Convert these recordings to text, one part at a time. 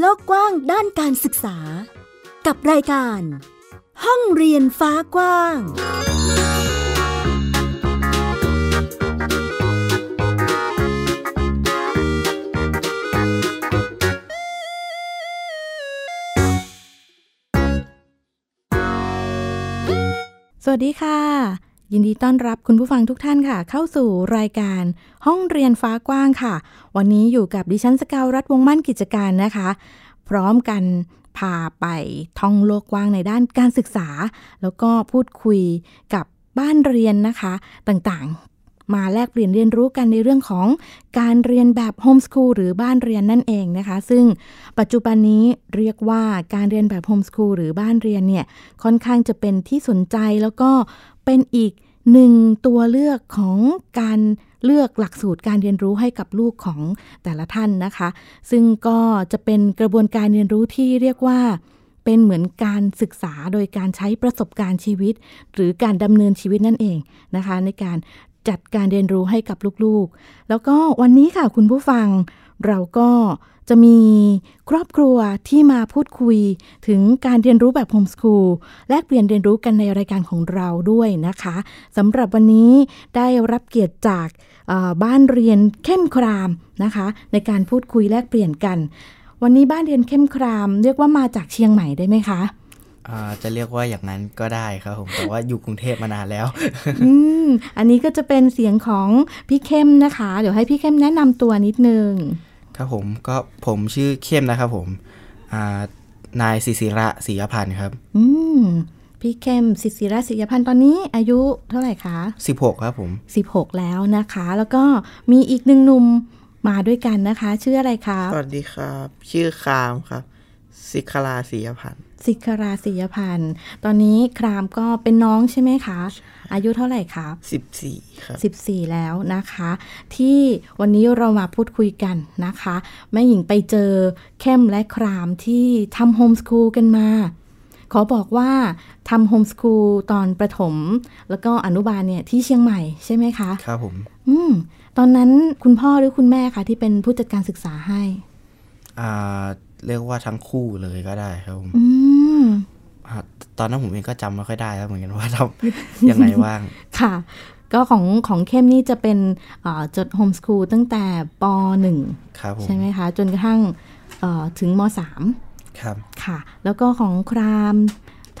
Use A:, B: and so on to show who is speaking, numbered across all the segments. A: โลกกว้างด้านการศึกษา กับรายการ ห้องเรียนฟ้ากว้าง
B: สวัสดีค่ะ ยินดีต้อนรับคุณผู้ฟังทุกท่านค่ะ เข้าสู่รายการห้องเรียนฟ้ากว้างค่ะ วันนี้อยู่กับดิฉันสกาวรัฐวงศ์มั่นกิจการนะคะ พร้อมกันพาไปท่องโลกกว้างในด้านการศึกษา แล้วก็พูดคุยกับบ้านเรียนนะคะ ต่างๆ มาแลกเปลี่ยนเรียนรู้กันในเรื่องของการเรียนแบบโฮมสคูลหรือบ้านเรียนนั่นเองนะคะ ซึ่งปัจจุบันนี้เรียกว่าการเรียนแบบโฮมสคูลหรือบ้านเรียนเนี่ย ค่อนข้างจะเป็นที่สนใจแล้วก็เป็นอีกหนึ่งตัวเลือกของการเลือกหลักสูตรการเรียนรู้ให้กับลูกของแต่ละท่านนะคะ ซึ่งก็จะเป็นกระบวนการเรียนรู้ที่เรียกว่า เป็นเหมือนการศึกษาโดยการใช้ประสบการณ์ชีวิต หรือการดำเนินชีวิตนั่นเองนะคะ ในการจัดการเรียนรู้ให้กับลูกๆ แล้วก็วันนี้ค่ะคุณผู้ฟัง เราก็จะมีครอบครัวที่มาพูดคุยถึงการเรียนรู้แบบโฮมสคูลแลกเปลี่ยนเรียนรู้กันในรายการของเราด้วยนะคะสำหรับวันนี้ได้รับเกียรติจากเอ่อบ้านเรียนเข้มครามนะคะ ในการพูดคุยแลกเปลี่ยนกัน วันนี้บ้านเรียนเข้มคราม เรียกว่ามาจากเชียงใหม่ได้ไหมคะ
C: อ่าจะเรียกว่าอย่างนั้นก็ได้ครับผม แต่ว่าอยู่กรุงเทพมานานแล้ว
B: อืมอันนี้ก็จะเป็นเสียงของพี่เข้มนะคะ เดี๋ยวให้พี่เข้มแนะนำตัวนิดนึง
C: ครับผมก็ผมชื่อเข้มนะครับผมอ่านายศิศิระศิยพันธ์ครับ
B: อืมพี่เข้มศิศิราศิยพันธ์ตอนนี้อายุเท่าไหร่คะ
C: 16ครับผม
B: 16 แล้วนะคะ แล้วก็มีอีกหนึ่งหนุ่มมาด้วยกันนะคะ ชื่ออะไรคะ
D: สวัสดีครับ ชื่อคามครับสิคลาศิยพันธ์
B: สิคราศิยพันธ์ ตอนนี้ครามก็เป็นน้องใช่ไหมคะ อายุเท่าไหร่ครับ
D: สิบสี่ครับ
B: 14 แล้วนะคะ ที่วันนี้เรามาพูดคุยกันนะคะ แม่หญิงไปเจอเข้มและครามที่ทำโฮมสคูลกันมา ขอบอกว่าทำโฮมสคูลตอนประถม แล้วก็อนุบาลเนี่ยที่เชียงใหม่ใช่ไหมคะ
C: ครับผม
B: อืม ตอนนั้นคุณพ่อหรือคุณแม่คะที่เป็นผู้จัดการศึกษาให้
C: อ่าเรียกว่าทั้งคู่เลยก็ได้ครับผม
B: อืม
C: อ่าตอนนั้นผมเองก็จำไม่ค่อยได้แล้วเหมือนกันว่าทำ ยังไงบ้าง
B: ค่ะ ก็ของของเข้มนี่จะเป็นเอ่อจดโฮมสคูลตั้งแต่ป .1
C: ครับผม
B: ใช่ไหมคะ จนกระทั่งเอ่อถึงม .3
C: ครับ
B: ค่ะ แล้วก็ของคราม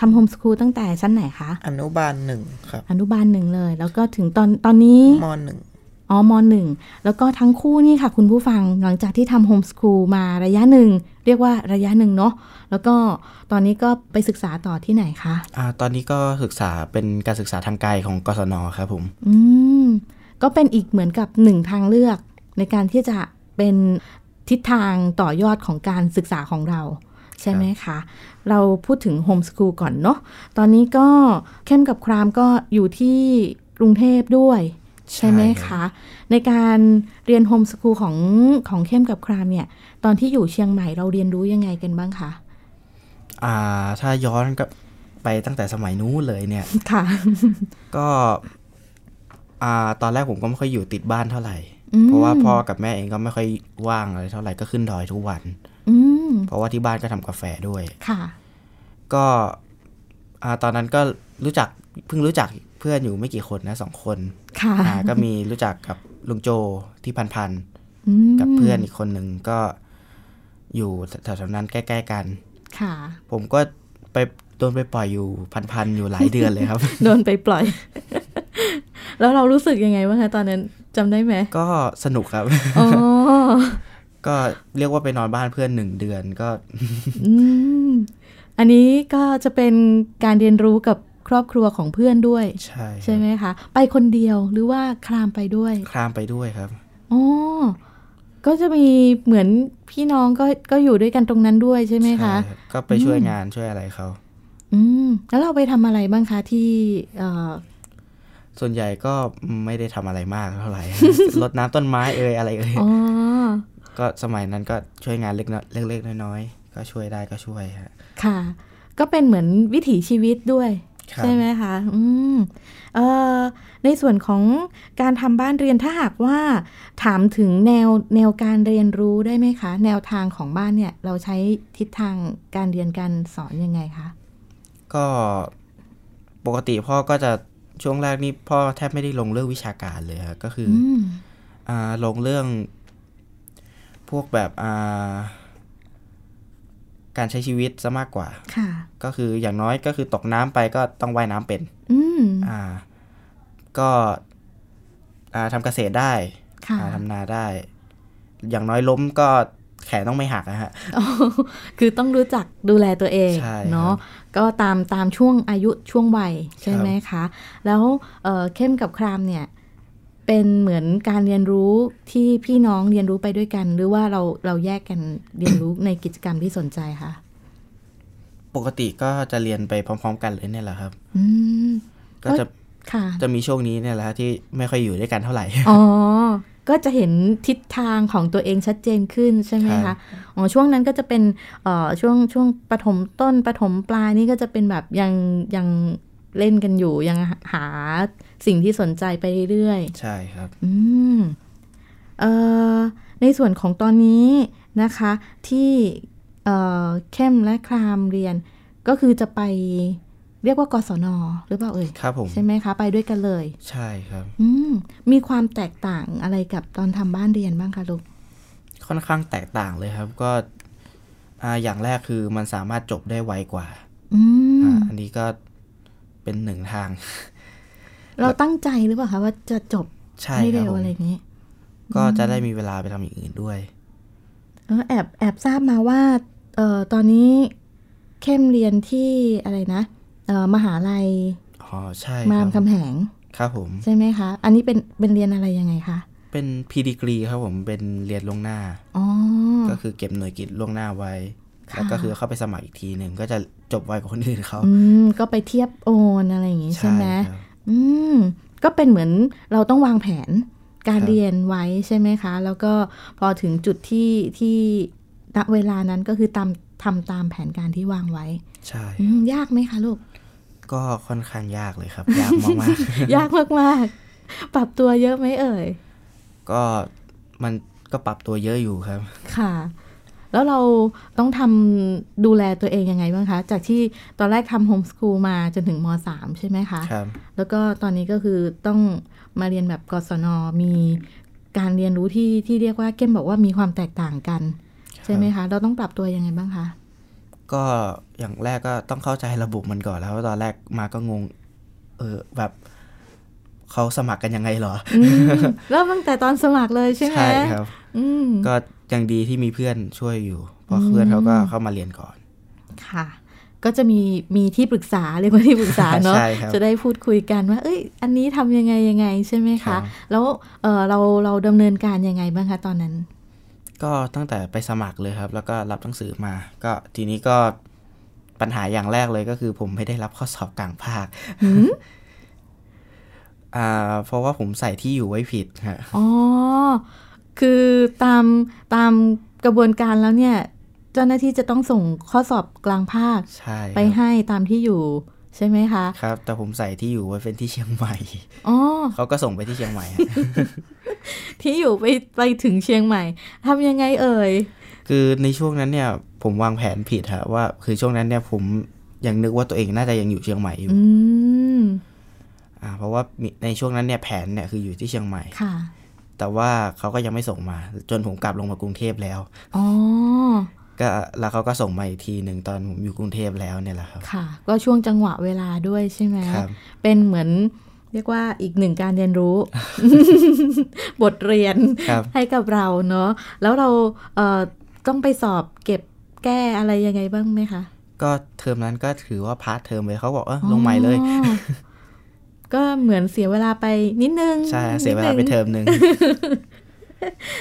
B: ทำโฮมสคูลตั้งแต่ชั้นไหนคะ
D: อนุบาลหนึ่งครับ
B: อนุบาลหนึ่งเลย แล้วก็ถึงตอนตอนนี้
D: มหนึ่ง
B: อ๋อมหนึ่งแล้วก็ทั้งคู่นี่ค่ะ คุณผู้ฟังหลังจากที่ทำโฮมสคูลมาระยะหนึ่ง เรียกว่าระยะหนึ่งเนาะแล้วก็ตอนนี้ก็ไปศึกษาต่อที่ไหนคะ
C: อ่าตอนนี้ก็ศึกษาเป็นการศึกษาทางไกลของกศนครับผม
B: อืม ก็เป็นอีกเหมือนกับหนึ่งทางเลือก ในการที่จะเป็นทิศทางต่อยอดของการศึกษาของเรา ใช่ไหมคะ เราพูดถึงโฮมส o ูลก่อนเนาะตอนนี้ก็เข้มกับครามก็อยู่ที่กรุงเทพด้วย ใช่ไหม
C: ใช่ครั
B: คะ
C: บ
B: ในการเรียนโฮมส o ูลของของเข้มกับครามเนี่ย ตอนที่อยู่เชียงใหม่เราเรียนรู้ยังไงกันบ้างคะ
C: อ่าถ้าย้อนก็ไปตั้งแต่สมัยนู้นเลยเนี่ย
B: ค่ะ
C: ก็อ่าตอนแรกผมก็ไม่ค่อยอยู่ติดบ้านเท่าไหร่
B: อืม
C: เพราะว่าพ่อกับแม่เองก็ไม่ค่อยว่างอะไรเท่าไหร่ก็ขึ้นดอยทุกวัน
B: อืม
C: เพราะว่าที่บ้านก็ทำกาแฟด้วย
B: ค่ะ
C: ก็อ่าตอนนั้นก็รู้จักเพิ่งรู้จักเพื่อนอยู่ไม่กี่คนนะสองคน
B: ค่ะ
C: อ่าก็มีรู้จักกับลุงโจที่พันพัน
B: อืม
C: กับเพื่อนอีกคนหนึ่งก็อยู่แถวๆนั้นใกล้ๆกัน
B: ค่ะ
C: ผมก็ไปโดนไปปล่อยอยู่พันพันอยู่หลายเดือนเลยครับ
B: โดนไปปล่อย แล้วเรารู้สึกยังไงบ้างคะตอนนั้นจำได้ไหม
C: ก็สนุกครับ
B: อ๋อ
C: ก็เรียกว่าไปนอนบ้านเพื่อนหนึ่งเดือนก็
B: อืมอันนี้ก็จะเป็นการเรียนรู้กับครอบครัวของเพื่อนด้วย
C: ใช่ครับ
B: ใช่ไหมคะ ไปคนเดียวหรือว่าคลามไปด้วย
C: คลามไปด้วยครับ
B: อ๋อก็จะมีเหมือนพี่น้องก็ก็อยู่ด้วยกันตรงนั้นด้วยใช่ไหมคะ
C: ใช่รับก็ไปช่วยงานช่วยอะไรเขา
B: อืมแล้วเราไปทำอะไรบ้างคะที่เอ่อ
C: ส่วนใหญ่ก็ไม่ได้ทำอะไรมากเท่าไหร่ รดน้ำต้นไม้เอ่ยอะไรเอ่ย
B: อ๋อ
C: ก็สมัยนั้นก็ช่วยงานเล็กน้อยเล็กๆน้อยๆก็ช่วยได้ก็ช่วยฮะ
B: ค่ะ ก็เป็นเหมือนวิถีชีวิตด้วย
C: ครับ
B: ใช่ไหมคะอืมเอ่อในส่วนของการทำบ้านเรียนถ้าหากว่า ถามถึงแนวแนวการเรียนรู้ได้ไหมคะ แนวทางของบ้านเนี่ย เราใช้ทิศทางการเรียนการสอนยังไงคะ
C: ก็ปกติพ่อก็จะช่วงแรกนี่พ่อแทบไม่ได้ลงเรื่องวิชาการเลยครับก็คือ
B: อื
C: อ
B: ม
C: อ่าลงเรื่องพวกแบบอ่าการใช้ชีวิตซะมากกว่า
B: ค่ะ
C: ก็คืออย่างน้อยก็คือตกน้ำไปก็ต้องว่ายน้ำเป็น
B: อืม
C: อ่าก็อ่าทำเกษตรได้
B: ค่ะ
C: อ่าทำนาได้ อย่างน้อยล้มก็แขนต้องไม่หักนะฮะ
B: อ๋อ คือต้องรู้จักดูแลตัวเอง
C: ใช่
B: เนาะ
C: ครั
B: ก็ตามตามช่วงอายุช่วงวัยใช่ไหมคะ แล้วเอ่อเข้มกับครามเนี่ย เป็นเหมือนการเรียนรู้ที่พี่น้องเรียนรู้ไปด้วยกัน หรือว่าเราเราแยกกันเรียนรู้ในกิจกรรมที่สนใจคะ
C: ปกติก็จะเรียนไปพร้อม ๆ กันเลยเนี่ยแหละครับ
B: อืม
C: ก็
B: เอ้ย
C: จะ
B: ค่ะ
C: จะมีช่วงนี้เนี่ยแหละฮะที่ไม่ค่อยอยู่ด้วยกันเท่าไหร่
B: อ๋อ ก็จะเห็นทิศทางของตัวเองชัดเจนขึ้นใช่ไหม
C: ครั
B: คะ
C: บ
B: อ๋อ ช่วงนั้นก็จะเป็นเอ่อช่วงช่วงปฐมต้นปฐมปลายนี่ก็จะเป็นแบบยังยังเล่นกันอยู่ยังหาสิ่งที่สนใจไปเรื่อยๆ
C: ใช่ครับ
B: อืมเอ่อในส่วนของตอนนี้นะคะที่เอ่อเข้มและครามเรียนก็คือจะไปเรียกว่ากศนหรือเปล่าเอ่ย
C: ครับผม
B: ใช่ไหมคะ ไปด้วยกันเลย
C: ใช่ครับ
B: อืมมีความแตกต่างอะไรกับตอนทำบ้านเรียนบ้างคะลูก
C: ค่อนข้างแตกต่างเลยครับก็อ่าอย่างแรกคือมันสามารถจบได้ไวกว่า
B: อืม
C: อาอันนี้ก็เป็นหนึ่งทาง
B: เราตั้งใจหรือเปล่าคะว่าจะจบ
C: ใช่
B: ให้
C: ครั
B: เร็
C: บ
B: ว
C: ผม
B: อะไรอย่างนี้
C: ก็จะได้มีเวลาไปทำอย่างอื่นด้วย
B: เออแอบแอบทราบมาว่าเอ่อตอนนี้เข้มเรียนที่อะไรนะเอ่อมหาลัย
C: อ๋อใช่
B: ราม
C: ครับ
B: คำแหง
C: ครับผม
B: ใช่ไหมคะ อันนี้เป็นเป็นเรียนอะไรยังไงคะ
C: เป็นพีดีกรีครับผมเป็นเรียนล่วงหน้า
B: อ๋อ
C: ก็คือเก็บหน่วยกิจล่วงหน้าไว้
B: ค่ะ
C: แล้วก็คือเข้าไปสมัครอีกทีหนึ่งก็จะจบไวกว่าคนอื่นเขา
B: อืม ก็ไปเทียบโอนอะไรอย่างงี้ใช่ไหม
C: ครับ
B: อืม ก็เป็นเหมือนเราต้องวางแผนการ
C: ครับ
B: เรียนไว้ใช่ไหมคะ แล้วก็พอถึงจุดที่ที่ณเวลานั้นก็คือตามทำตามแผนการที่วางไว้
C: ใช่
B: อืมยากไหมคะลูก
C: ก็ค่อนข้างยากเลยครับ ยากมาก
B: ยากมากๆ ปรับตัวเยอะไหมเอ่ย
C: ๆ ก็มันก็ปรับตัวเยอะอยู่ครับ
B: ค่ะ แล้วเราต้องทำดูแลตัวเองยังไงบ้างคะ จากที่ตอนแรกทำโฮมสคูลมาจนถึงม .3 ใช่ไหมคะ
C: ครับ
B: แล้วก็ตอนนี้ก็คือต้องมาเรียนแบบกศน มีการเรียนรู้ที่ที่เรียกว่าเข้มบอกว่ามีความแตกต่างกัน ใช่ไหมคะ เราต้องปรับตัวยังไงบ้างคะ
C: ก็อย่างแรกก็ต้องเข้าใจระบบมันก่อนแล้วตอนแรกมาก็งง เออแบบเขาสมัครกันยังไงเหรอ
B: อืม เริ่มตั้งแต่ตอนสมัครเลยใช่ไหม
C: ครับ
B: อืม
C: ก็ยังดีที่มีเพื่อนช่วยอยู่ เพราะเพื่อนเขาก็เข้ามาเรียนก่อน
B: ค่ะ ก็จะมีมีที่ปรึกษาเรียกว่าที่ปรึกษาเนาะ
C: ใช่ครับ
B: จะได้พูดคุยกันว่า เอ้ย อันนี้ทำยังไงยังไงใช่ไหม
C: ครั
B: คะ
C: บ
B: แล้วเออเราเราดำเนินการยังไงบ้างคะตอนนั้น
C: ก็ตั้งแต่ไปสมัครเลยครับ แล้วก็รับหนังสือมา ก็ทีนี้ก็ปัญหาอย่างแรกเลยก็คือผมไม่ได้รับข้อสอบกลางภาค อ่า เพราะว่าผมใส่ที่อยู่ไว้ผิดฮะ
B: อ๋อ คือตามตามกระบวนการแล้วเนี่ย เจ้าหน้าที่จะต้องส่งข้อสอบกลางภาค
C: ใช่ครับ
B: ไปให้ตามที่อยู่ใช่ไหมคะ
C: ครับ แต่ผมใส่ที่อยู่ไว้เป็นที่เชียงใหม่
B: อ๋อ
C: เขาก็ส่งไปที่เชียงใหม่ ฮะ
B: ที่อยู่ไปไปถึงเชียงใหม่ทำยังไงเอ่ย
C: คือในช่วงนั้นเนี่ยผมวางแผนผิดฮะว่าคือช่วงนั้นเนี่ยผมยังนึกว่าตัวเองน่าจะยังอยู่เชียงใหม่อยู่
B: อืม
C: อ่าเพราะว่ามีในช่วงนั้นเนี่ยแผนเนี่ยคืออยู่ที่เชียงใหม่
B: ค่ะ
C: แต่ว่าเขาก็ยังไม่ส่งมา จนผมกลับลงมากรุงเทพแล้ว
B: อ๋อ
C: ก็แล้วเขาก็ส่งมาอีกทีหนึ่งตอนผมอยู่กรุงเทพแล้วเนี่ยแหละครับ
B: ค่ะ ก็ช่วงจังหวะเวลาด้วยใช่ไหม
C: ครับ
B: เป็นเหมือนเรียกว่าอีกหนึ่งการเรียน รู้ บทเรียน
C: ครับ
B: ให้กับเราเนาะ แล้วเราเอ่อต้องไปสอบเก็บแก้อะไรยังไงบ้างไหมคะ
C: ก็เทอมนั้นก็ถือว่าพาร์ทเทอมเลยเขาบอกเออลงใหม่เลย
B: อ๋อก็เหมือนเสียเวลาไปนิดนึง
C: ใช่เสียเวลา
B: นิด
C: ไป
B: นึง
C: เทอม หนึ่ง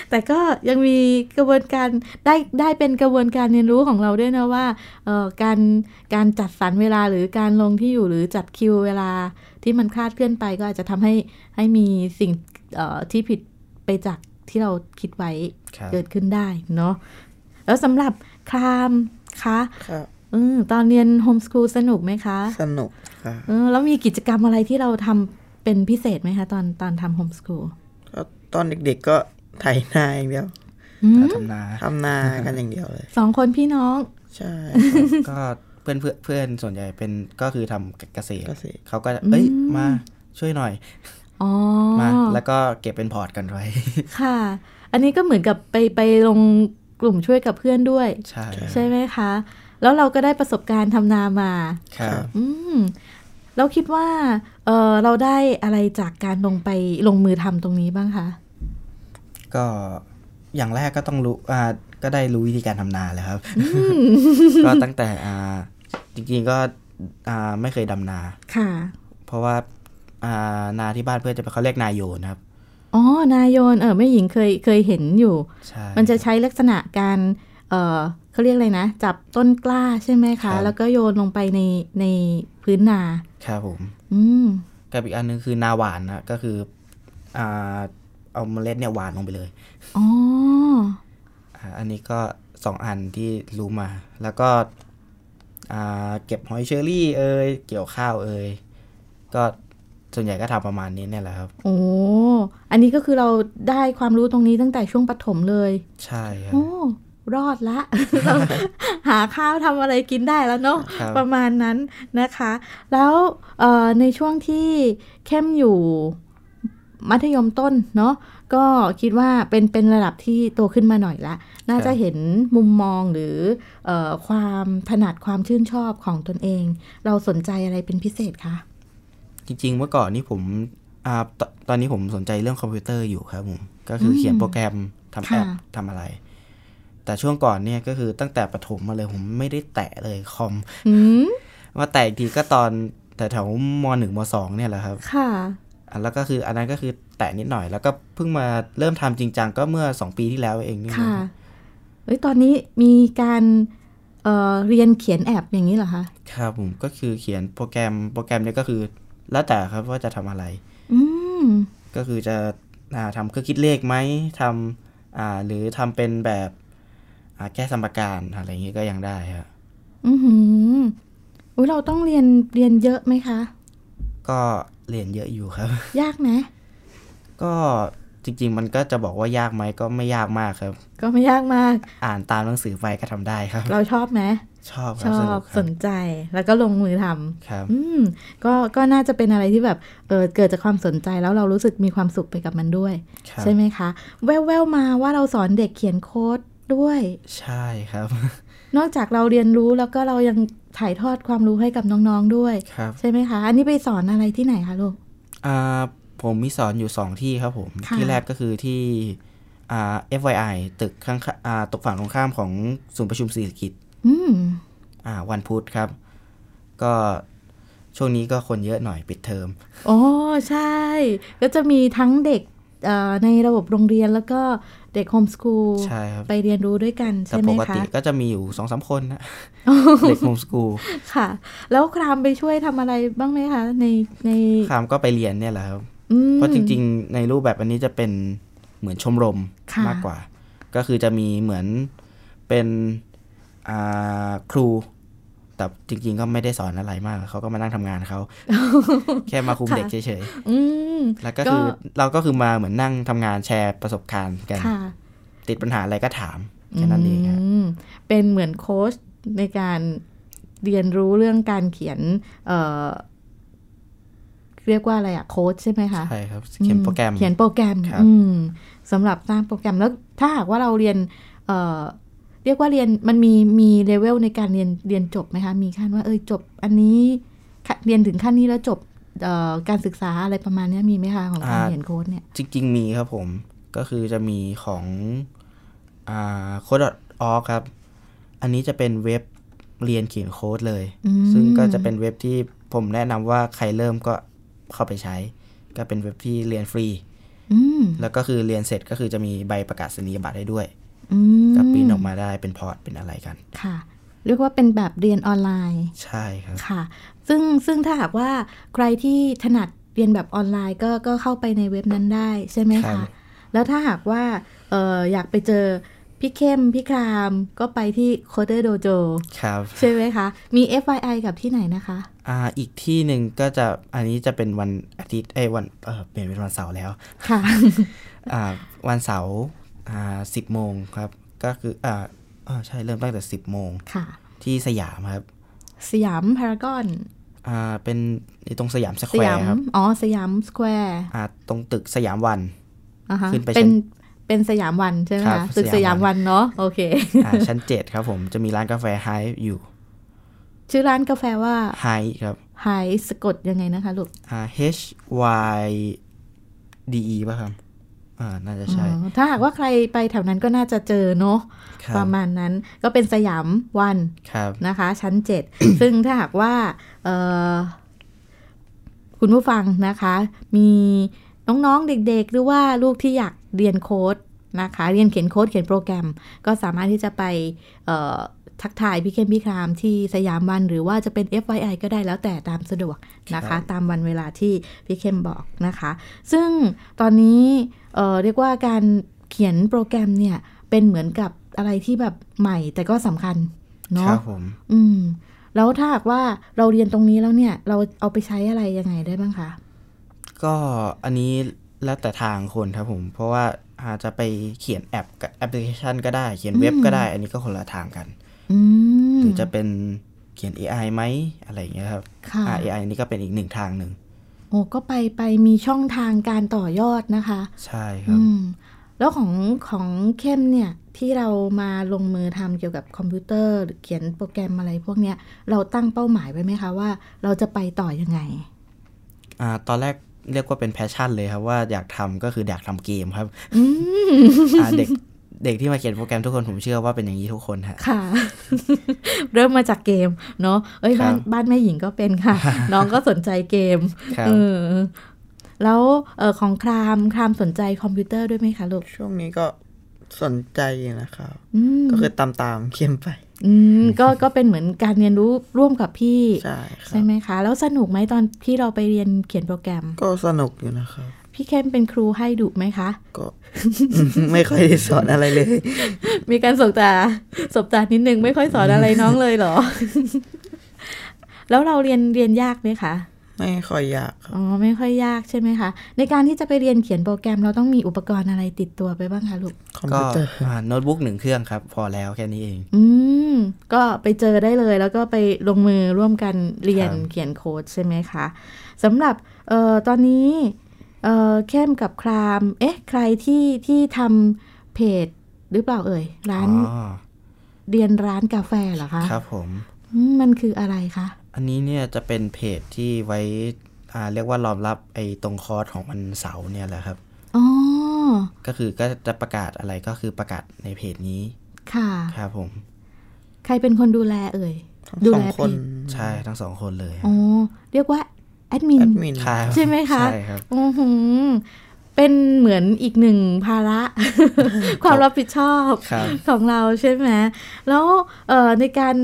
B: แต่ก็ยังมีกระบวนการได้ได้เป็นกระบวนการเรียนรู้ของเราด้วยนะว่าเอ่อการการจัดสรรเวลาหรือการลงที่อยู่หรือจัดคิวเวลาที่มันคลาดเคลื่อนไปก็อาจจะทำให้ให้มีสิ่งเอ่อที่ผิดไปจากที่เราคิดไว้
C: ครับ
B: เกิดขึ้นได้เนาะแล้วสำหรับครามคะ
D: ครับ
B: เออตอนเรียนโฮมสคูลสนุกไหมคะ
D: สนุกค่ะ
B: เออแล้วมีกิจกรรมอะไรที่เราทำเป็นพิเศษไหมคะ ตอนตอนทำโฮมสคูล
D: ก็ตอนเด็กๆก็ไถนาอย่างเดียว
B: อืม
C: ทำนา
D: ทำนากันอย่างเดียวเลย
B: สองคนพี่น้อง
D: ใช่
C: ก็เพื่อนเพื่อนเพื่อนส่วนใหญ่เป็นก็คือทำเกษตร
D: เกษตร
C: เขาก็เอ้ยมาช่วยหน่อย
B: อ๋อ
C: มาแล้วก็เก็บเป็นพอร์ตกันไว้
B: ค่ะ อันนี้ก็เหมือนกับไปไปลงกลุ่มช่วยกับเพื่อนด้วย
C: ใช่
B: ใช่ไหมคะ แล้วเราก็ได้ประสบการณ์ทำนามา
C: ครับ
B: อืมเราคิดว่าเออเราได้อะไรจากการลงไปลงมือทำตรงนี้บ้างคะ
C: ก็อย่างแรกก็ต้องรู้อ่าก็ได้รู้วิธีการทำนาแล้วครับ ก็ตั้งแต่อ่าจริงๆก็อ่าไม่เคยดำนา
B: ค่ะ
C: เพราะว่าอ่านาที่บ้านเพื่อนจะเป็นเขาเรียกนายโยนะครับ
B: อ๋อ นายโยน เออแม่หญิงเคยเคยเห็นอยู่
C: ใช่
B: มันจะใช้ลักษณะการ เออเขาเรียกอะไรนะ จับต้นกล้าใช่ไหม
C: ครั
B: คะ
C: บ
B: แล้วก็โยนลงไปในในพื้นนา
C: ครับผม
B: อืม
C: กับอีกอันนึงคือนาหวานนะก็คืออ่าเอาเมล็ดเนี่ยหวานลงไปเลย
B: อ๋อ
C: อ่าอันนี้ก็สองอันที่รู้มา แล้วก็อ่าเก็บหอยเชอรี่เอ่ยเกี่ยวข้าวเอ่ยก็ส่วนใหญ่ก็ทำประมาณนี้เนี่ยแหละครับ
B: โอ้ อันนี้ก็คือเราได้ความรู้ตรงนี้ตั้งแต่ช่วงปฐมเลย
C: ใช่ครับ
B: โอ้ รอดละ เราหาข้าวทำอะไรกินได้แล้วเนาะ
C: ครับ
B: ประมาณนั้นนะคะ แล้วเอ่อในช่วงที่เข้มอยู่มัธยมต้นเนาะ ก็คิดว่าเป็นเป็นระดับที่โตขึ้นมาหน่อยละ น่าจะเห็นมุมมองหรือเออความถนัดความชื่นชอบของตนเอง เราสนใจอะไรเป็นพิเศษคะ
C: จริงๆเมื่อก่อนนี่ผมอาตตอนนี้ผมสนใจเรื่องคอมพิวเตอร์อยู่ครับผมก็คืออเขียนโปรแกรมทำแอป
B: ค่ะ
C: ทำอะไร แต่ช่วงก่อนเนี่ยก็คือตั้งแต่ประถมมาเลยผมไม่ได้แตะเลยคอม
B: หืม
C: มาแตะอีกทีก็ตอนแต่แถวมหนึ่งมสองเนี่ยแหละครับ
B: ค่ะ
C: อันแล้วก็คืออันนั้นก็คือแตะนิดหน่อย แล้วก็เพิ่งมาเริ่มทำจริงจังก็เมื่อ 2 ปีที่แล้วเองนี่
B: ค่ะ
C: นะครับ
B: เอ้ย ตอนนี้มีการเอ่อเรียนเขียนแอปอย่างนี้เหรอคะ
C: ครับผมก็คือเขียนโปรแกรมโปรแกรมเนี่ยก็คือ แล้วแต่ครับว่าจะทำอะไร
B: อืม
C: ก็คือจะอ่าทำเครื่องคิดเลขไหมทำอ่าหรือทำเป็นแบบอ่าแก้สมการอะไรอย่างงี้ก็ยังได้ครับ
B: อือหืออุ้ยเราต้องเรียนเรียนเยอะไหมคะ
C: ก็เรียนเยอะอยู่ครับ
B: ยากไหม
C: ก็จริง ๆ มันก็จะบอกว่ายากไหมก็ไม่ยากมากครับ
B: ก็ไม่ยากมาก
C: อ่านตามหนังสือไปก็ทำได้ ครับ
B: เราชอบไหม
C: ชอบ
B: ช
C: ครับ
B: อบ
C: สนุกค
B: ส
C: รับ
B: นใจแล้วก็ลงมือทำ
C: ครับ
B: อืม ก็ก็น่าจะเป็นอะไรที่แบบเออเกิดจากความสนใจแล้วเรารู้สึกมีความสุขไปกับมันด้วย
C: ครับ
B: ใช่ไหมคะ แววๆมาว่าเราสอนเด็กเขียนโค้ดด้วย
C: ใช่ครับ
B: นอกจากเราเรียนรู้แล้วก็เรายังถ่ายทอดความรู้ให้กับน้องๆด้วย
C: ครับ
B: ใช่ไหมคะ อันนี้ไปสอนอะไรที่ไหนคะลูก
C: อ่าผมมีสอนอยู่ 2 ที่ครับผม
B: ค่ะ
C: ที่แรกก็คือที่อ่า FYI ตึกข้างๆอ่าตกฝั่งตรงข้ามของศูนย์ประชุมเศรษฐกิจ
B: อืม
C: อ่าวันพุธครับ ก็ช่วงนี้ก็คนเยอะหน่อยปิดเทอม
B: โอ้ ใช่ ก็จะมีทั้งเด็กเอ่อในระบบโรงเรียนแล้วก็เด็กโฮมสคูล
C: ใช่ครับ
B: ไปเรียนรู้ด้วยกัน
C: แต่
B: ใช่ไห
C: ป
B: ม
C: ก
B: คะ
C: ติก็จะมีอยู่สองสามคนนะ เด็กโฮมสกูล
B: ค่ะ แล้วครามไปช่วยทำอะไรบ้างไหมคะ ในใน
C: คามก็ไปเรียนเนี่ยแหละครับ
B: อืม
C: เพราะจริงๆ ในรูปแบบอันนี้จะเป็นเหมือนชมรม
B: ค่ะ
C: มากกว่า ก็คือจะมีเหมือนเป็นอ่าครู แต่จริงๆ ก็ไม่ได้สอนอะไรมาก เขาก็มานั่งทำงาน เขา แค่มาคุมเด็กเฉย
B: อืม
C: ๆ แล้วก็คือ
B: ก็
C: เราก็คือมาเหมือนนั่งทำงานแชร์ประสบการณ์กัน
B: ค่ะ
C: ติดปัญหาอะไรก็ถามแค่นั้นเองฮะ
B: มเป็นเหมือนโค้ชในการเรียนรู้เรื่องการเขียน เอ่อ เรียกว่าอะไรอะโค้ชใช่ไหมคะ
C: ใช่ครับเขียนโปรแกรม
B: เขียนโปรแกรม
C: ครับ
B: อืมสำหรับสร้างโปรแกรมแล้วถ้าหากว่าเราเรียนเอ่อเรียกว่าเรียนมันมีมีเลเวลในการเรียนเรียนจบไหมคะ มีขั้นว่าเอยจบอันนี้ขั้นเรียนถึงขั้นนี้แล้วจบเอ่อการศึกษาอะไรประมาณเนี้ยมีไหมคะของการเรียนโค้ดเนี่ย
C: จริงๆ มีครับผม ก็คือจะมีของอ่าโค้ดออครับ อันนี้จะเป็นเว็บเรียนเขียนโค้ดเลย
B: อืม
C: ซึ่งก็จะเป็นเว็บที่ผมแนะนำว่าใครเริ่มก็เข้าไปใช้ ก็เป็นเว็บที่เรียนฟรี
B: อืม
C: แล้วก็คือเรียนเสร็จก็คือจะมีใบประกาศนียบัตรให้ด้วย
B: อืม
C: ก็ปริ้นออกมาได้เป็นพอร์ตเป็นอะไรกัน
B: ค่ะ เรียกว่าเป็นแบบเรียนออนไลน์
C: ใช่ครับ
B: ค่ะ ซึ่งซึ่งถ้าหากว่าใครที่ถนัดเรียนแบบออนไลน์ก็ก็เข้าไปในเว็บนั้นได้ใช่ไหม
C: ครั
B: คะ
C: บ
B: แล้วถ้าหากว่าเอออยากไปเจอ พี่เข้มพี่ครามก็ไปที่โคเดอร์โดโจ
C: ครับ
B: ใช่ไหมคะ มี FYI กับที่ไหนนะคะ
C: อ่าอีกที่หนึ่งก็จะอันนี้จะเป็นวันอาทิตย์ไอ้ยวันเออเปลี่ยนเป็นวันเสาร์แล้ว
B: ค่ะ
C: อ่าวันเสาร์อ่าสิบโมงครับ ก็คืออ่าอ่าใช่เริ่มตั้งแต่สิบโมง
B: ค่ะ
C: ที่สยามครับ
B: สยามพารากอน
C: อ่าเป็นตรงสยาม
B: ส
C: สแคว
B: ยาม
C: ร์ครับ
B: อ๋อสยามสแควร์
C: อ่าตรงตึกสยามวัน
B: อ่ะฮะ
C: ขึ้นไป
B: เป็น
C: ชั้น
B: เป็นสยามวันใช่ไหม
C: ครับ
B: คะตึก
C: สยาย
B: สาม ม
C: วั
B: วัน นเนาะโอเค
C: อ่าชั้นเจ็ดครับผมจะมีร้านกาแฟไฮอยู่
B: ชื่อร้านกาแฟว่า
C: ไฮครับ
B: ไฮสะกดยังไงนะคะลูก
C: อ่า H Y D E ป่ะครับอ่าน่าจะ
B: อ๋
C: ใช่
B: อถ้าหากว่าใครไปแถวนั้นก็น่าจะเจอเนาะ
C: ครั
B: ป
C: บ
B: ระมาณนั้นก็เป็นสยามวัน
C: ครับ
B: นะคะ ชั้น 7 ซึ่งถ้าหากว่าเอ่อคุณผู้ฟังนะคะ มีน้องๆเด็กๆ หรือว่าลูกที่อยากเรียนโค้ดนะคะ เรียนเขียนโค้ดเขียนโปรแกรม ก็สามารถที่จะไปเอ่อทักทายพี่เข้มพี่ครามที่สยามวันหรือว่าจะเป็น FYI ก็ได้แล้วแต่ตามสะดวกนะ
C: ครั
B: คะ
C: บ
B: ตามวันเวลาที่พี่เข้มบอกนะคะ ซึ่งตอนนี้เอ่อเรียกว่าการเขียนโปรแกรมเนี่ยเป็นเหมือนกับอะไรที่แบบใหม่แต่ก็สำคัญ
C: ครั
B: เนาะ
C: บผม
B: อืม แล้วถ้าหากว่าเราเรียนตรงนี้แล้วเนี่ย เราเอาไปใช้อะไรยังไงได้บ้างคะ
C: ก็อันนี้แล้วแต่ทางคนครับผม เพราะว่าอาจจะไปเขียนแอปกับแอปพลิเคชันก็ได้ เขียนเว็บก็ได้ อันนี้ก็คนละทางกัน
B: อืม
C: หรือจะเป็นเขียน AI ไหมอะไรอย่างเงี้ยครับ
B: ค่ะ
C: อ่า AI นี่ก็เป็นอีกหนึ่งทางหนึ่ง
B: โอ้ก็ไปไปมีช่องทางการต่อยอดนะคะ
C: ใช่ครั
B: อื
C: บ
B: ม แล้วของของเข้มเนี่ย ที่เรามาลงมือทำเกี่ยวกับคอมพิวเตอร์หรือเขียนโปรแกรมอะไรพวกเนี้ย เราตั้งเป้าหมายไว้ไหมคะว่า เราจะไปต่อยังไง
C: อ่าตอนแรกเรียกว่าเป็นแพชชั่นเลยครับว่าอยากทำก็คืออยากทำเกมครับอ่าเด็กเด็กที่มาเขียนโปรแกรมทุกคนผมเชื่อว่าเป็นอย่างนี้ทุกคนฮะ
B: ค่ะ เริ่มมาจากเกม เนาะเอ้ย
C: ครั
B: บ้า
C: บ
B: นบ้านแม่หญิงก็เป็น ค่ะ น้องก็สนใจเกม
C: ครับ
B: เออแล้วเออของครามครามสนใจคอมพิวเตอร์ด้วยไหมคะลูก
D: ช่วงนี้ก็สนใจอยู่นะครับ
B: อืม
D: ก็คือตามตามๆเข้มไป
B: อืมก็ก็เป็นเหมือนการเรียนรู้ร่วมกับพี่
D: ใช่ครั
B: ใช่
D: บ
B: ไหมคะ แล้วสนุกไหมตอนที่เราไปเรียนเขียนโปรแกรม
D: ก็สนุกอยู่นะครับ
B: พี่เข้มเป็นครูให้ดุไหมคะ
D: ก็ ไม่ค่อยได้สอนอะไรเลย
B: มีการสบตาสบตานิดนึงไม่ค่อยสอนอะไรน้องเลยเหรอ แล้วเราเรียนเรียนยากไหมคะ
D: ไม่ค่อยอยากครับ
B: อ๋อ ไม่ค่อยยากใช่ไหมคะ ในการที่จะไปเรียนเขียนโปรแกรมเราต้องมีอุปกรณ์อะไรติดตัวไปบ้างคะลูก
D: คอม
C: ก็
D: พิวเตอร์
C: อ่าโน้ตบุ๊กหนึ่งเครื่องครับ พอแล้วแค่นี้เอง
B: อืม ก็ไปเจอได้เลยแล้วก็ไปลงมือร่วมกันเรียน
C: ครับ
B: เขียนโค้ดใช่ไหมคะสำหรับเอ่อตอนนี้เอ่อเข้มกับคราม เอ๊ะ ใครที่ที่ทำเพจหรือเปล่าเอ่ย ร้าน
C: อ๋อ
B: เรียนร้านกาแฟเหรอคะ
C: ครับผม
B: อืมมันคืออะไรคะ
C: อันนี้เนี่ยจะเป็นเพจที่ไว้อ่าเรียกว่ารอมรับไอ้ตรงคอร์สของวันเสาร์เนี่ยแหละครับ
B: อ๋อ
C: ก็คือก็จะประกาศอะไรก็คือประกาศในเพจนี้
B: ค่ะ
C: ครับผม
B: ใครเป็นคนดูแลเอ่ย
D: ทั้ง
B: ดู
D: สอ
B: แล
D: งค
B: เพ
D: น
B: จ
C: ใช่ทั้งสองคนเลย
B: อ๋อ เรียกว่าแอดมิน
D: แอดมิน
C: ครับ
B: ใช่ไหมคะ
C: ใช่ครับ
B: อือหือเป็นเหมือนอีกหนึ่งภาระ ความรับผิดชอบ
C: ครับ
B: ของเราใช่ไหมแล้วเอ่อในการ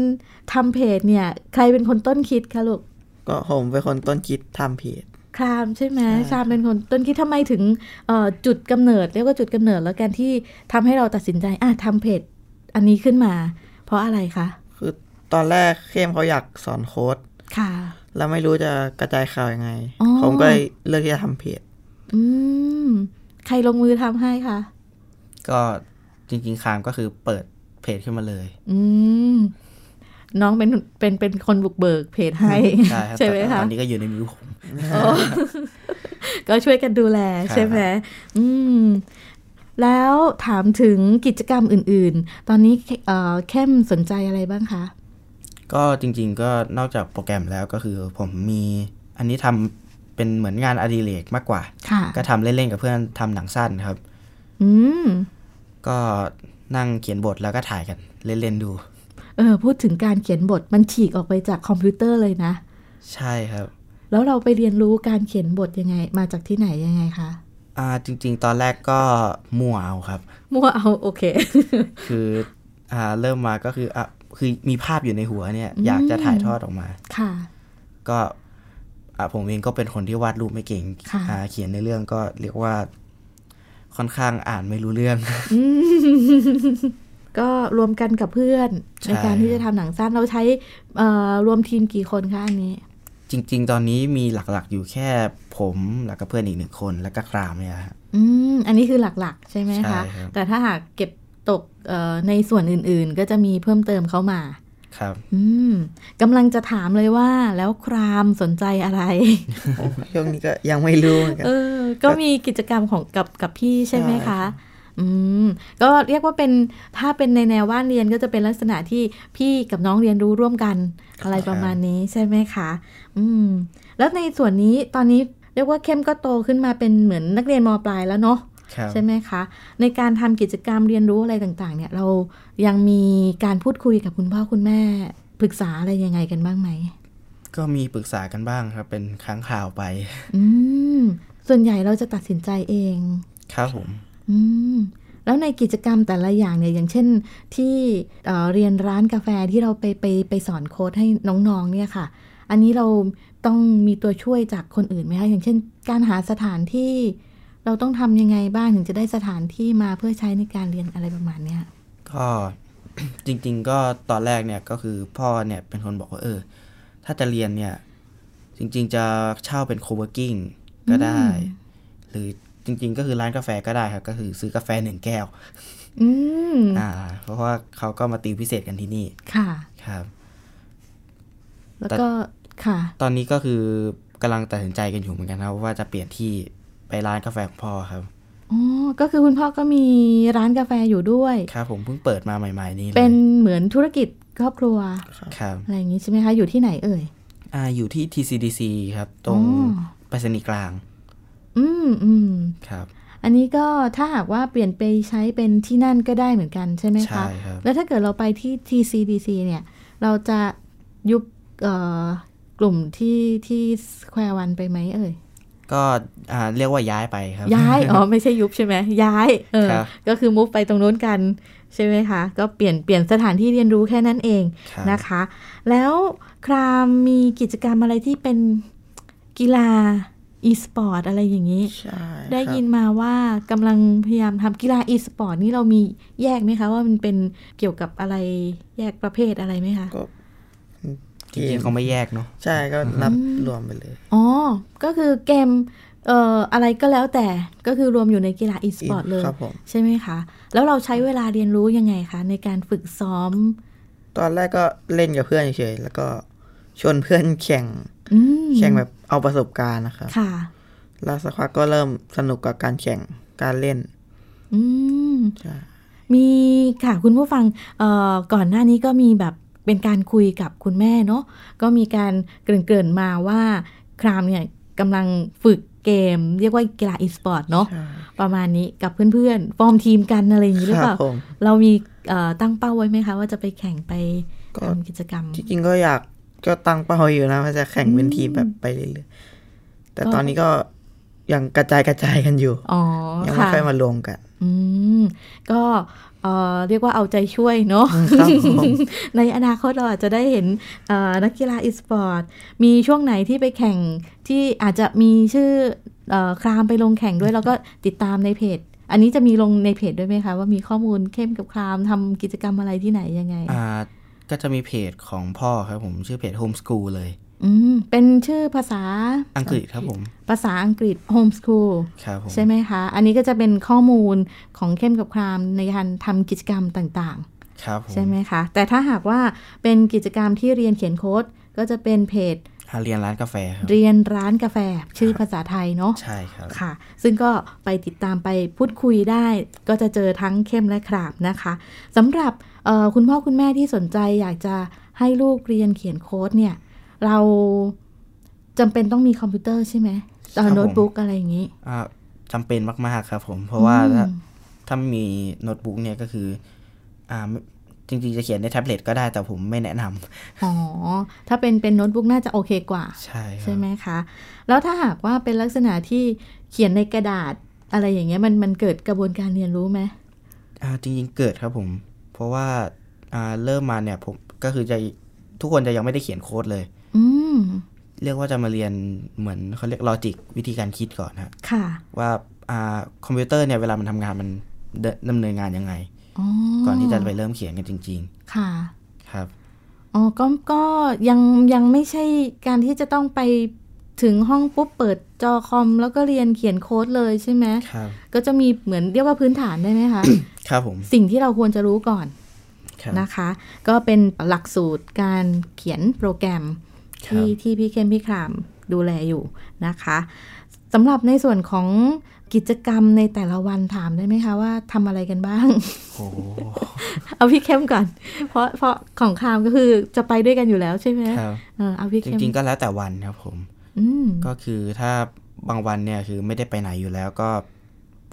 B: ทำเพจเนี่ย ใครเป็นคนต้นคิดคะลูก
D: ก็ผมเป็นคนต้นคิดทำเพจ
B: ครามใช่ไหมครามเป็นคนต้นคิดทำไมถึงเอ่อจุดกำเนิด เรียกว่าจุดกำเนิดแล้วกันที่ทำให้เราตัดสินใจอ่ะทำเพจอันนี้ขึ้นมา เพราะอะไรคะ
D: คือตอนแรกเข้มเขาอยากสอนโค้ด
B: ค่ะ
D: แล้วไม่รู้จะกระจายข่าวยังไง
B: อ๋อ
D: ผมก็เลยเลือกที่จะทำเพจ
B: อืมใครลงมือทำให้คะ
C: ก็จริงๆคามก็คือเปิดเพจขึ้นมาเลย
B: อืมน้องเป็นเป็นเป็นคนบุกเบิกเพจให้
C: ใช่ครับ
B: ใช่ไหม
C: แต่
B: คะ
C: ตอนนี้ก็อยู่ในมือผม
B: โอ้ ก็ช่วยกันดูแล
C: ครับ
B: ใช่ไหมอืม แล้วถามถึงกิจกรรมอื่น ๆ ตอนนี้เอ่อเข้มสนใจอะไรบ้างคะ
C: ก็จริงๆก็นอกจากโปรแกรมแล้วก็คือผมมีอันนี้ทำเป็นเหมือนงานอดิเรกมากกว่า
B: ค่ะ
C: ก็ทำเล่นๆกับเพื่อนทำหนังสั้นครับ
B: อืม
C: ก็นั่งเขียนบทแล้วก็ถ่ายกันเล่นๆดู
B: เออ พูดถึงการเขียนบทมันฉีกออกไปจากคอมพิวเตอร์เลยนะ
C: ใช่ครับ
B: แล้วเราไปเรียนรู้การเขียนบทยังไง มาจากที่ไหนยังไงคะ
C: อ่าจริง ๆ ตอนแรกก็มั่วเอาครับ
B: มั่วเอาโอเค
C: คืออ่าเริ่มมาก็คืออ่ะคือมีภาพอยู่ในหัวเนี่ย อยากจะถ่ายทอดออกมา
B: ค่ะ
C: ก็อ่ะผมเองก็เป็นคนที่วาดรูปไม่เก่ง
B: ค่ะ
C: อ่าเขียนในเรื่องก็เรียกว่าค่อนข้างอ่านไม่รู้เรื่อง
B: ก็รวมกันกับเพื่อน
C: ใช่
B: ในการที่จะทำหนังสั้นเราใช้เอ่อรวมทีมกี่คนคะอันนี้
C: จริง ๆ ตอนนี้มีหลักๆ อยู่แค่ผมแล้วก็เพื่อนอีกหนึ่งคนแล้วก็ครามเนี่ยฮะ
B: อืมอันนี้คือหลักๆ ใช่ไหม
C: ใช่ครั
B: คะ
C: บ
B: แต่ถ้าหากเก็บตกเอ่อในส่วนอื่นๆ ก็จะมีเพิ่มเติมเข้ามา
C: ครับ
B: อืมกำลังจะถามเลยว่าแล้วครามสนใจ อะไร
D: ผมช่วงนี้ก็ยังไม่รู้เหมือนกัน
B: เออ ก็มีกิจกรรมของกับกับพี่ใช่ไหมคะ อืม ก็เรียกว่าเป็นถ้าเป็นในแนวว่านเรียนก็จะเป็นลักษณะที่พี่กับน้องเรียนรู้ร่วมกันอะไรประมาณนี้ใช่ไหมคะ อืม แล้วในส่วนนี้ตอนนี้เรียกว่าเข้มก็โตขึ้นมาเป็นเหมือนนักเรียนมปลายแล้วเนาะ
C: ครับ
B: ใช่ไหมคะ ในการทำกิจกรรมเรียนรู้อะไรต่างๆ เนี่ย เรายังมีการพูดคุยกับคุณพ่อคุณแม่ ปรึกษาอะไรยังไงกันบ้างไหม
C: ก็มีปรึกษากันบ้างครับ เป็นครั้งข่าวไป
B: อืม ส่วนใหญ่เราจะตัดสินใจเอง
C: ครับผม
B: อืม แล้วในกิจกรรมแต่ละอย่างเนี่ย อย่างเช่นที่เอ่อเรียนร้านกาแฟที่เราไปไปไปสอนโค้ดให้น้องๆ เนี่ยค่ะ อันนี้เราต้องมีตัวช่วยจากคนอื่นไหมคะ อย่างเช่น การหาสถานที่ เราต้องทำยังไงบ้างถึงจะได้สถานที่มาเพื่อใช้ในการเรียนอะไรประมาณเนี้ย
C: ก็ จริง ๆ ก็ตอนแรกเนี่ยก็คือพ่อเนี่ยเป็นคนบอกว่าเออ ถ้าจะเรียนเนี่ย จริง ๆ จะเช่าเป็นโคเวอร์กิ้งก็ได้ หรือจริง ๆ ก็คือร้านกาแฟก็ได้ครับ ก็คือซื้อกาแฟหนึ่งแก้ว
B: อืม
C: อ่า เพราะว่าเขาก็มาติวพิเศษกันที่นี่
B: ค่ะ
C: ครับ
B: แล้วก็ค่ะ
C: ตอนนี้ก็คือกำลังตัดสินใจกันอยู่เหมือนกันครับว่าจะเปลี่ยนที่ไปร้านกาแฟของพ่อครับ
B: อ๋อ ก็คือคุณพ่อก็มีร้านกาแฟอยู่ด้วย
C: ครับ ผมเพิ่งเปิดมาใหม่ ๆ นี้เลย
B: เป็นเหมือนธุรกิจครอบครัว
C: ครับ
B: อะไรอย่างนี้ใช่ไหมคะ อยู่ที่ไหนเอ่ย
C: อ่าอยู่ที่ TCDC ครับ ตรง
B: อ๋อ
C: ไปรษณีย์กลาง
B: อืมอืม
C: ครับ
B: อันนี้ก็ถ้าหากว่าเปลี่ยนไปใช้เป็นที่นั่นก็ได้เหมือนกันใช่ไหมคะ
C: ใช่ครับ
B: แล้วถ้าเกิดเราไปที่ TCDC เนี่ย เราจะยุบเอ่อกลุ่มที่ที่สแควร์วันไปไหมเอ่ย
C: ก็อ่าเรียกว่าย้ายไปครับ
B: ย้าย อ๋อ ไม่ใช่ยุบใช่ไหม ย้าย เออ
C: ครับ
B: ก็คือมุฟไปตรงนู้นกันใช่ไหมคะ ก็เปลี่ยนเปลี่ยนสถานที่เรียนรู้แค่นั้นเอง
C: ครับ
B: นะคะ แล้วครามมีกิจกรรมอะไรที่เป็นกีฬาอีสปอร์ตอะไรอย่างนี้
D: ใช่ครับ
B: ได้ยินมาว่ากำลังพยายามทำกีฬาอีสปอร์ตนี่เรามีแยกไหมคะ ว่ามันเป็นเกี่ยวกับอะไรแยกประเภทอะไรไหมคะ
D: ก็
C: จริงๆเขาไม่แยกเนาะ
D: ใช่ก็นับรวมไปเลย
B: อ๋อ ก็คือเกมเอ่ออะไรก็แล้วแต่ก็คือรวมอยู่ในกีฬาอีสปอร์ตเลย
D: ครับผม
B: ใช่ไหมคะ แล้วเราใช้เวลาเรียนรู้ยังไงคะ ในการฝึกซ้อม
D: ตอนแรกก็เล่นกับเพื่อนเฉยๆแล้วก็ชวนเพื่อนแข่ง
B: อืม
D: แข่งแบบเอาประสบการณ์นะครับ
B: ค่ะ
D: แล้วสักพักก็เริ่มสนุกกับการแข่งการเล่น
B: อืม
D: ใช่
B: มีค่ะคุณผู้ฟังเอ่อก่อนหน้านี้ก็มีแบบเป็นการคุยกับคุณแม่เนาะก็มีการเกริ่นๆมาว่าครามเนี่ยกำลังฝึกเกม เรียกว่ากีฬาอีสปอร์ตเนาะ
D: ใช่
B: ประมาณนี้กับเพื่อนๆฟอร์มทีมกันอะไรอย่างนี้หรือ
D: ค
B: เป
D: รับ
B: ล่า
D: ผม
B: เรามีเอ่อตั้งเป้าไว้ไหมคะ ว่าจะไปแข่งไป
D: ก็
B: ทำกิจกรรม
D: จริงๆก็อยากก็ตั้งเป้าอยู่นะว่าจะแข่งเป็นทีมแบบไปเรื่อยๆแต่
B: ก็
D: ตอนนี้ก็ยังกระจายกระจายกันอยู่
B: อ๋อ
D: ยังไม่
B: ค่ะ
D: ค่อยมารวมกัน
B: อืมก็เอ่อเรียกว่าเอาใจช่วยเนาะ
D: ครับผม
B: ในอนาคตเราอาจจะได้เห็นเอ่อนักกีฬาอีสปอร์ตมีช่วงไหนที่ไปแข่งที่อาจจะมีชื่อเออครามไปลงแข่งด้วย แล้วก็ติดตามในเพจ อันนี้จะมีลงในเพจด้วยไหมคะ ว่ามีข้อมูลเข้มกับครามทำกิจกรรมอะไรที่ไหนยังไง
C: อ่าก็จะมีเพจของพ่อครับผมชื่อเพจ Homeschool เลย
B: อืม เป็นชื่อภาษา
C: อังกฤษครับผม
B: ภาษาอังกฤษ homeschool
C: ครับผม
B: ใช่ไหมคะ อันนี้ก็จะเป็นข้อมูลของเข้มกับครามในการทำกิจกรรมต่างๆ
C: ครับผม
B: ใช่ไหมคะ แต่ถ้าหากว่าเป็นกิจกรรมที่เรียนเขียนโค้ด ก็จะเป็นเพจ
C: หาเรียนร้านกาแฟครับ
B: เรียนร้านกาแฟ ชื่อภาษาไทยเนาะ
C: ใช่ครับ
B: ค่ะ ซึ่งก็ไปติดตามไปพูดคุยได้ ก็จะเจอทั้งเข้มและครามนะคะสำหรับเอ่อคุณพ่อคุณแม่ที่สนใจอยากจะให้ลูกเรียนเขียนโค้ดเนี่ย เราจำเป็นต้องมีคอมพิวเตอร์ใช่ไหมเอ่อ
C: ครับผม
B: โน้ตบุ๊กอะไรอย่างนี้
C: อ่าจำเป็นมาก ๆ ครับผม เพราะว่า
B: อืม
C: ถ้าถ้ามีโน้ตบุ๊กเนี่ยก็คืออ่าไม่จริง ๆ จะเขียนในแท็บเล็ตก็ได้แต่ผมไม่แนะนำ
B: อ๋อ ถ้าเป็นเป็นโน้ตบุ๊กน่าจะโอเคกว่า
C: ใช่ครั
B: ใช่
C: บ
B: ไหมคะ แล้วถ้าหากว่าเป็นลักษณะที่เขียนในกระดาษอะไรอย่างเงี้ยมันมันเกิดกระบวนการเรียนรู้ไหม
C: อ่าจริง ๆ เกิดครับผม เพราะว่าอ่าเริ่มมาเนี่ยผมก็คือจะทุกคนจะยังไม่ได้เขียนโค้ดเลย
B: อืม
C: เรียกว่าจะมาเรียนเหมือนเขาเรียกลอจิกวิธีการคิดก่อนฮะ
B: ค่ะ
C: ว่าอ่าคอมพิวเตอร์เนี่ยเวลามันทำงานมันเดินดำเนินงานยังไง ก่อนที่จะไปเริ่มเขียนกันจริง
B: ค่ะ
C: ๆ ครับ
B: อ๋อ ก็ ก็ยังยังไม่ใช่การที่จะต้องไปถึงห้องปุ๊บเปิดจอคอม แล้วก็เรียนเขียนโค้ดเลยใช่ไหม
C: ครับ
B: ก็จะมีเหมือนเรียกว่าพื้นฐานได้ไหม คะ
C: ครับผม
B: สิ่งที่เราควรจะรู้ก่อน
C: ครับ
B: นะคะ ก็เป็นหลักสูตรการเขียนโปรแกรม
C: ครับ
B: ที่ที่พี่เข้มพี่ครามดูแลอยู่นะคะสำหรับในส่วนของกิจกรรมในแต่ละวันถามได้ไหมคะว่าทำอะไรกันบ้าง
C: โอ้โห
B: เอาพี่เข้มก่อน เพราะเพราะของครามก็คือจะไปด้วยกันอยู่แล้วใช่ไหม
C: ครับ
B: เออเอาพี่
C: จ
B: เข้ม
C: ริงๆก็แล้วแต่วันครับผม
B: อืม
C: ก็คือถ้าบางวันเนี่ยคือไม่ได้ไปไหนอยู่แล้วก็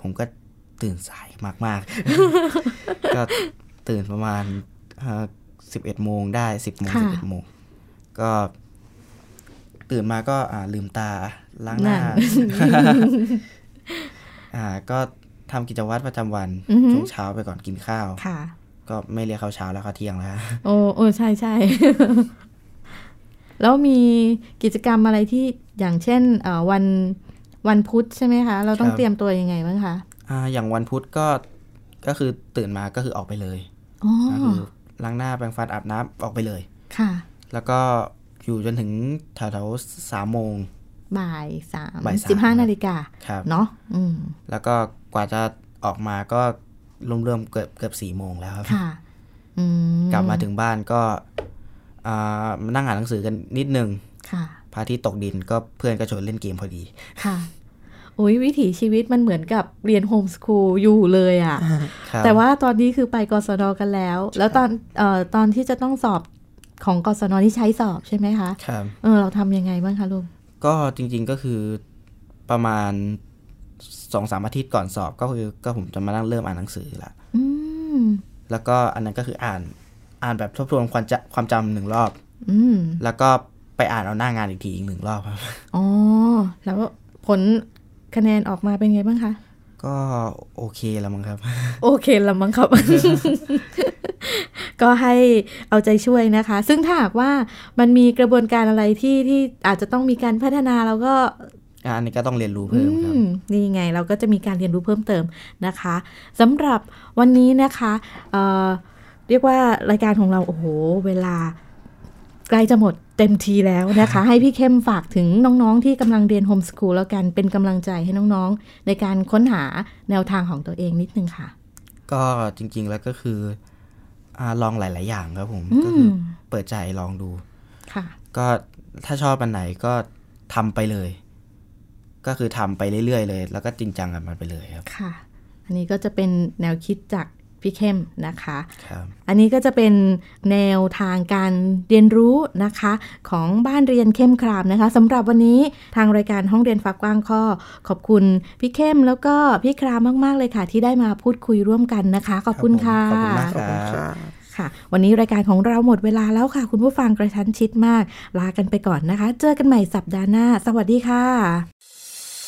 C: ผมก็ตื่นสายมากๆ ก็ตื่นประมาณสิบเอ็ดโมงได้สิบโมงสิบเอ็ดโมงก็ ตื่นมาก็อ่าลืมตาล้างหน้า อ่า ก็ทำกิจวัตรประจำวันช่วงเช้าไปก่อนกินข้าว
B: ค่ะ
C: ก็ไม่เรียกข้าวเช้าแล้วข้าวเที่ยงแล้ว ฮะ
B: โอ้โอ้ใช่ใช่ แล้วมีกิจกรรมอะไรที่อย่างเช่นเอ่อวันวันพุธใช่ไหมคะ เราต้อง
C: ครับ
B: เตรียมตัวยังไงบ้างคะ
C: อ่าอย่างวันพุธก็ก็คือตื่นมาก็คือออกไปเลย
B: อ๋อ
C: ก็คือล้างหน้าแปรงฟันอาบน้ำออกไปเลย
B: ค่ะ
C: แล้วก็อยู่จนถึงแถวๆสามโมง
B: บ่ายสาม
C: บ่ายสาม
B: สิบห้า
C: ครับ
B: นาฬิกา
C: ครับ
B: เนาะอืม
C: แล้วก็กว่าจะออกมาก็รวมๆเกือบเกือบสี่โมงแล้วครับ
B: ค่ะ อืม
C: กลับมาถึงบ้านก็อ่ามานั่งอ่านหนังสือกันนิดนึง
B: ค่ะ
C: พระอาทิตย์ตกดินก็เพื่อนก็ชวนเล่นเกมพอดี
B: ค่ะโอ้ยวิถีชีวิตมันเหมือนกับเรียนโฮมสคูลอยู่เลยอะ่ะ
C: ครับ
B: แต่ว่าตอนนี้คือไปกศนกันแล้ว แล้วตอนเอ่อตอนที่จะต้องสอบของกศนที่ใช้สอบใช่ไหมคะ
C: ครับ
B: เออเราทำยังไงบ้างคะลุง
C: ก็จริงๆก็คือประมาณสองสามอาทิตย์ก่อนสอบก็คือก็ผมจะมานั่งเริ่มอ่านหนังสือละ
B: อืม
C: แล้วก็อันนั้นก็คืออ่านอ่านแบบทบทวนความจำความจำหนึ่งรอบ
B: อืม
C: แล้วก็ไปอ่านเอาหน้างานอีกทีอีกหนึ่งรอบครับ
B: อ๋อ แล้วผลคะแนนออกมาเป็นไงบ้างคะ
C: ก็โอเคแล้วมั้งครับ
B: โอเคละมั้งครับ ก็ให้เอาใจช่วยนะคะ ซึ่งถ้าหากว่ามันมีกระบวนการอะไรที่ที่อาจจะต้องมีการพัฒนาแล้วก็
C: อ่ะอันนี้ก็ต้องเรียนรู้เพิ่มครับ
B: อืมนี่ไงเราก็จะมีการเรียนรู้เพิ่มเติมนะคะสำหรับวันนี้นะคะเอ่อเรียกว่ารายการของเราโอ้โห เวลาใกล้จะหมดเต็มทีแล้วนะคะ ให้พี่เข้มฝากถึงน้องๆ ที่กำลังเรียนโฮมสกูลแล้วกันเป็นกำลังใจให้น้องๆ ในการค้นหาแนวทางของตัวเองนิดนึงค่ะ
C: ก็จริงๆแล้วก็คืออ่าลองหลาย ๆ อย่างครับผม
B: อื
C: ก็คือ
B: ม
C: เปิดใจลองดู
B: ค่ะ
C: ก็ถ้าชอบอันไหนก็ทำไปเลย ก็คือทำไปเรื่อยๆเลย แล้วก็จริงจังกับมันไปเลยครับ
B: ค่ะ อันนี้ก็จะเป็นแนวคิดจากพี่เข้มนะคะ
C: ครับ
B: อันนี้ก็จะเป็นแนวทางการเรียนรู้นะคะ ของบ้านเรียนเข้มครามนะคะสำหรับวันนี้ทางรายการห้องเรียนฟ้ากว้างข้อ ขอบคุณพี่เข้มแล้วก็พี่ครามมากๆเลยค่ะ ที่ได้มาพูดคุยร่วมกันนะคะ ขอบคุณค่ะ
C: ครับผมขอบคุณมาก
D: ขอบคุณครับ
B: ค่ะ วันนี้รายการของเราหมดเวลาแล้วค่ะ คุณผู้ฟังกระชั้นชิดมาก ลากันไปก่อนนะคะ เจอกันใหม่สัปดาห์หน้า สวัสดีค่ะ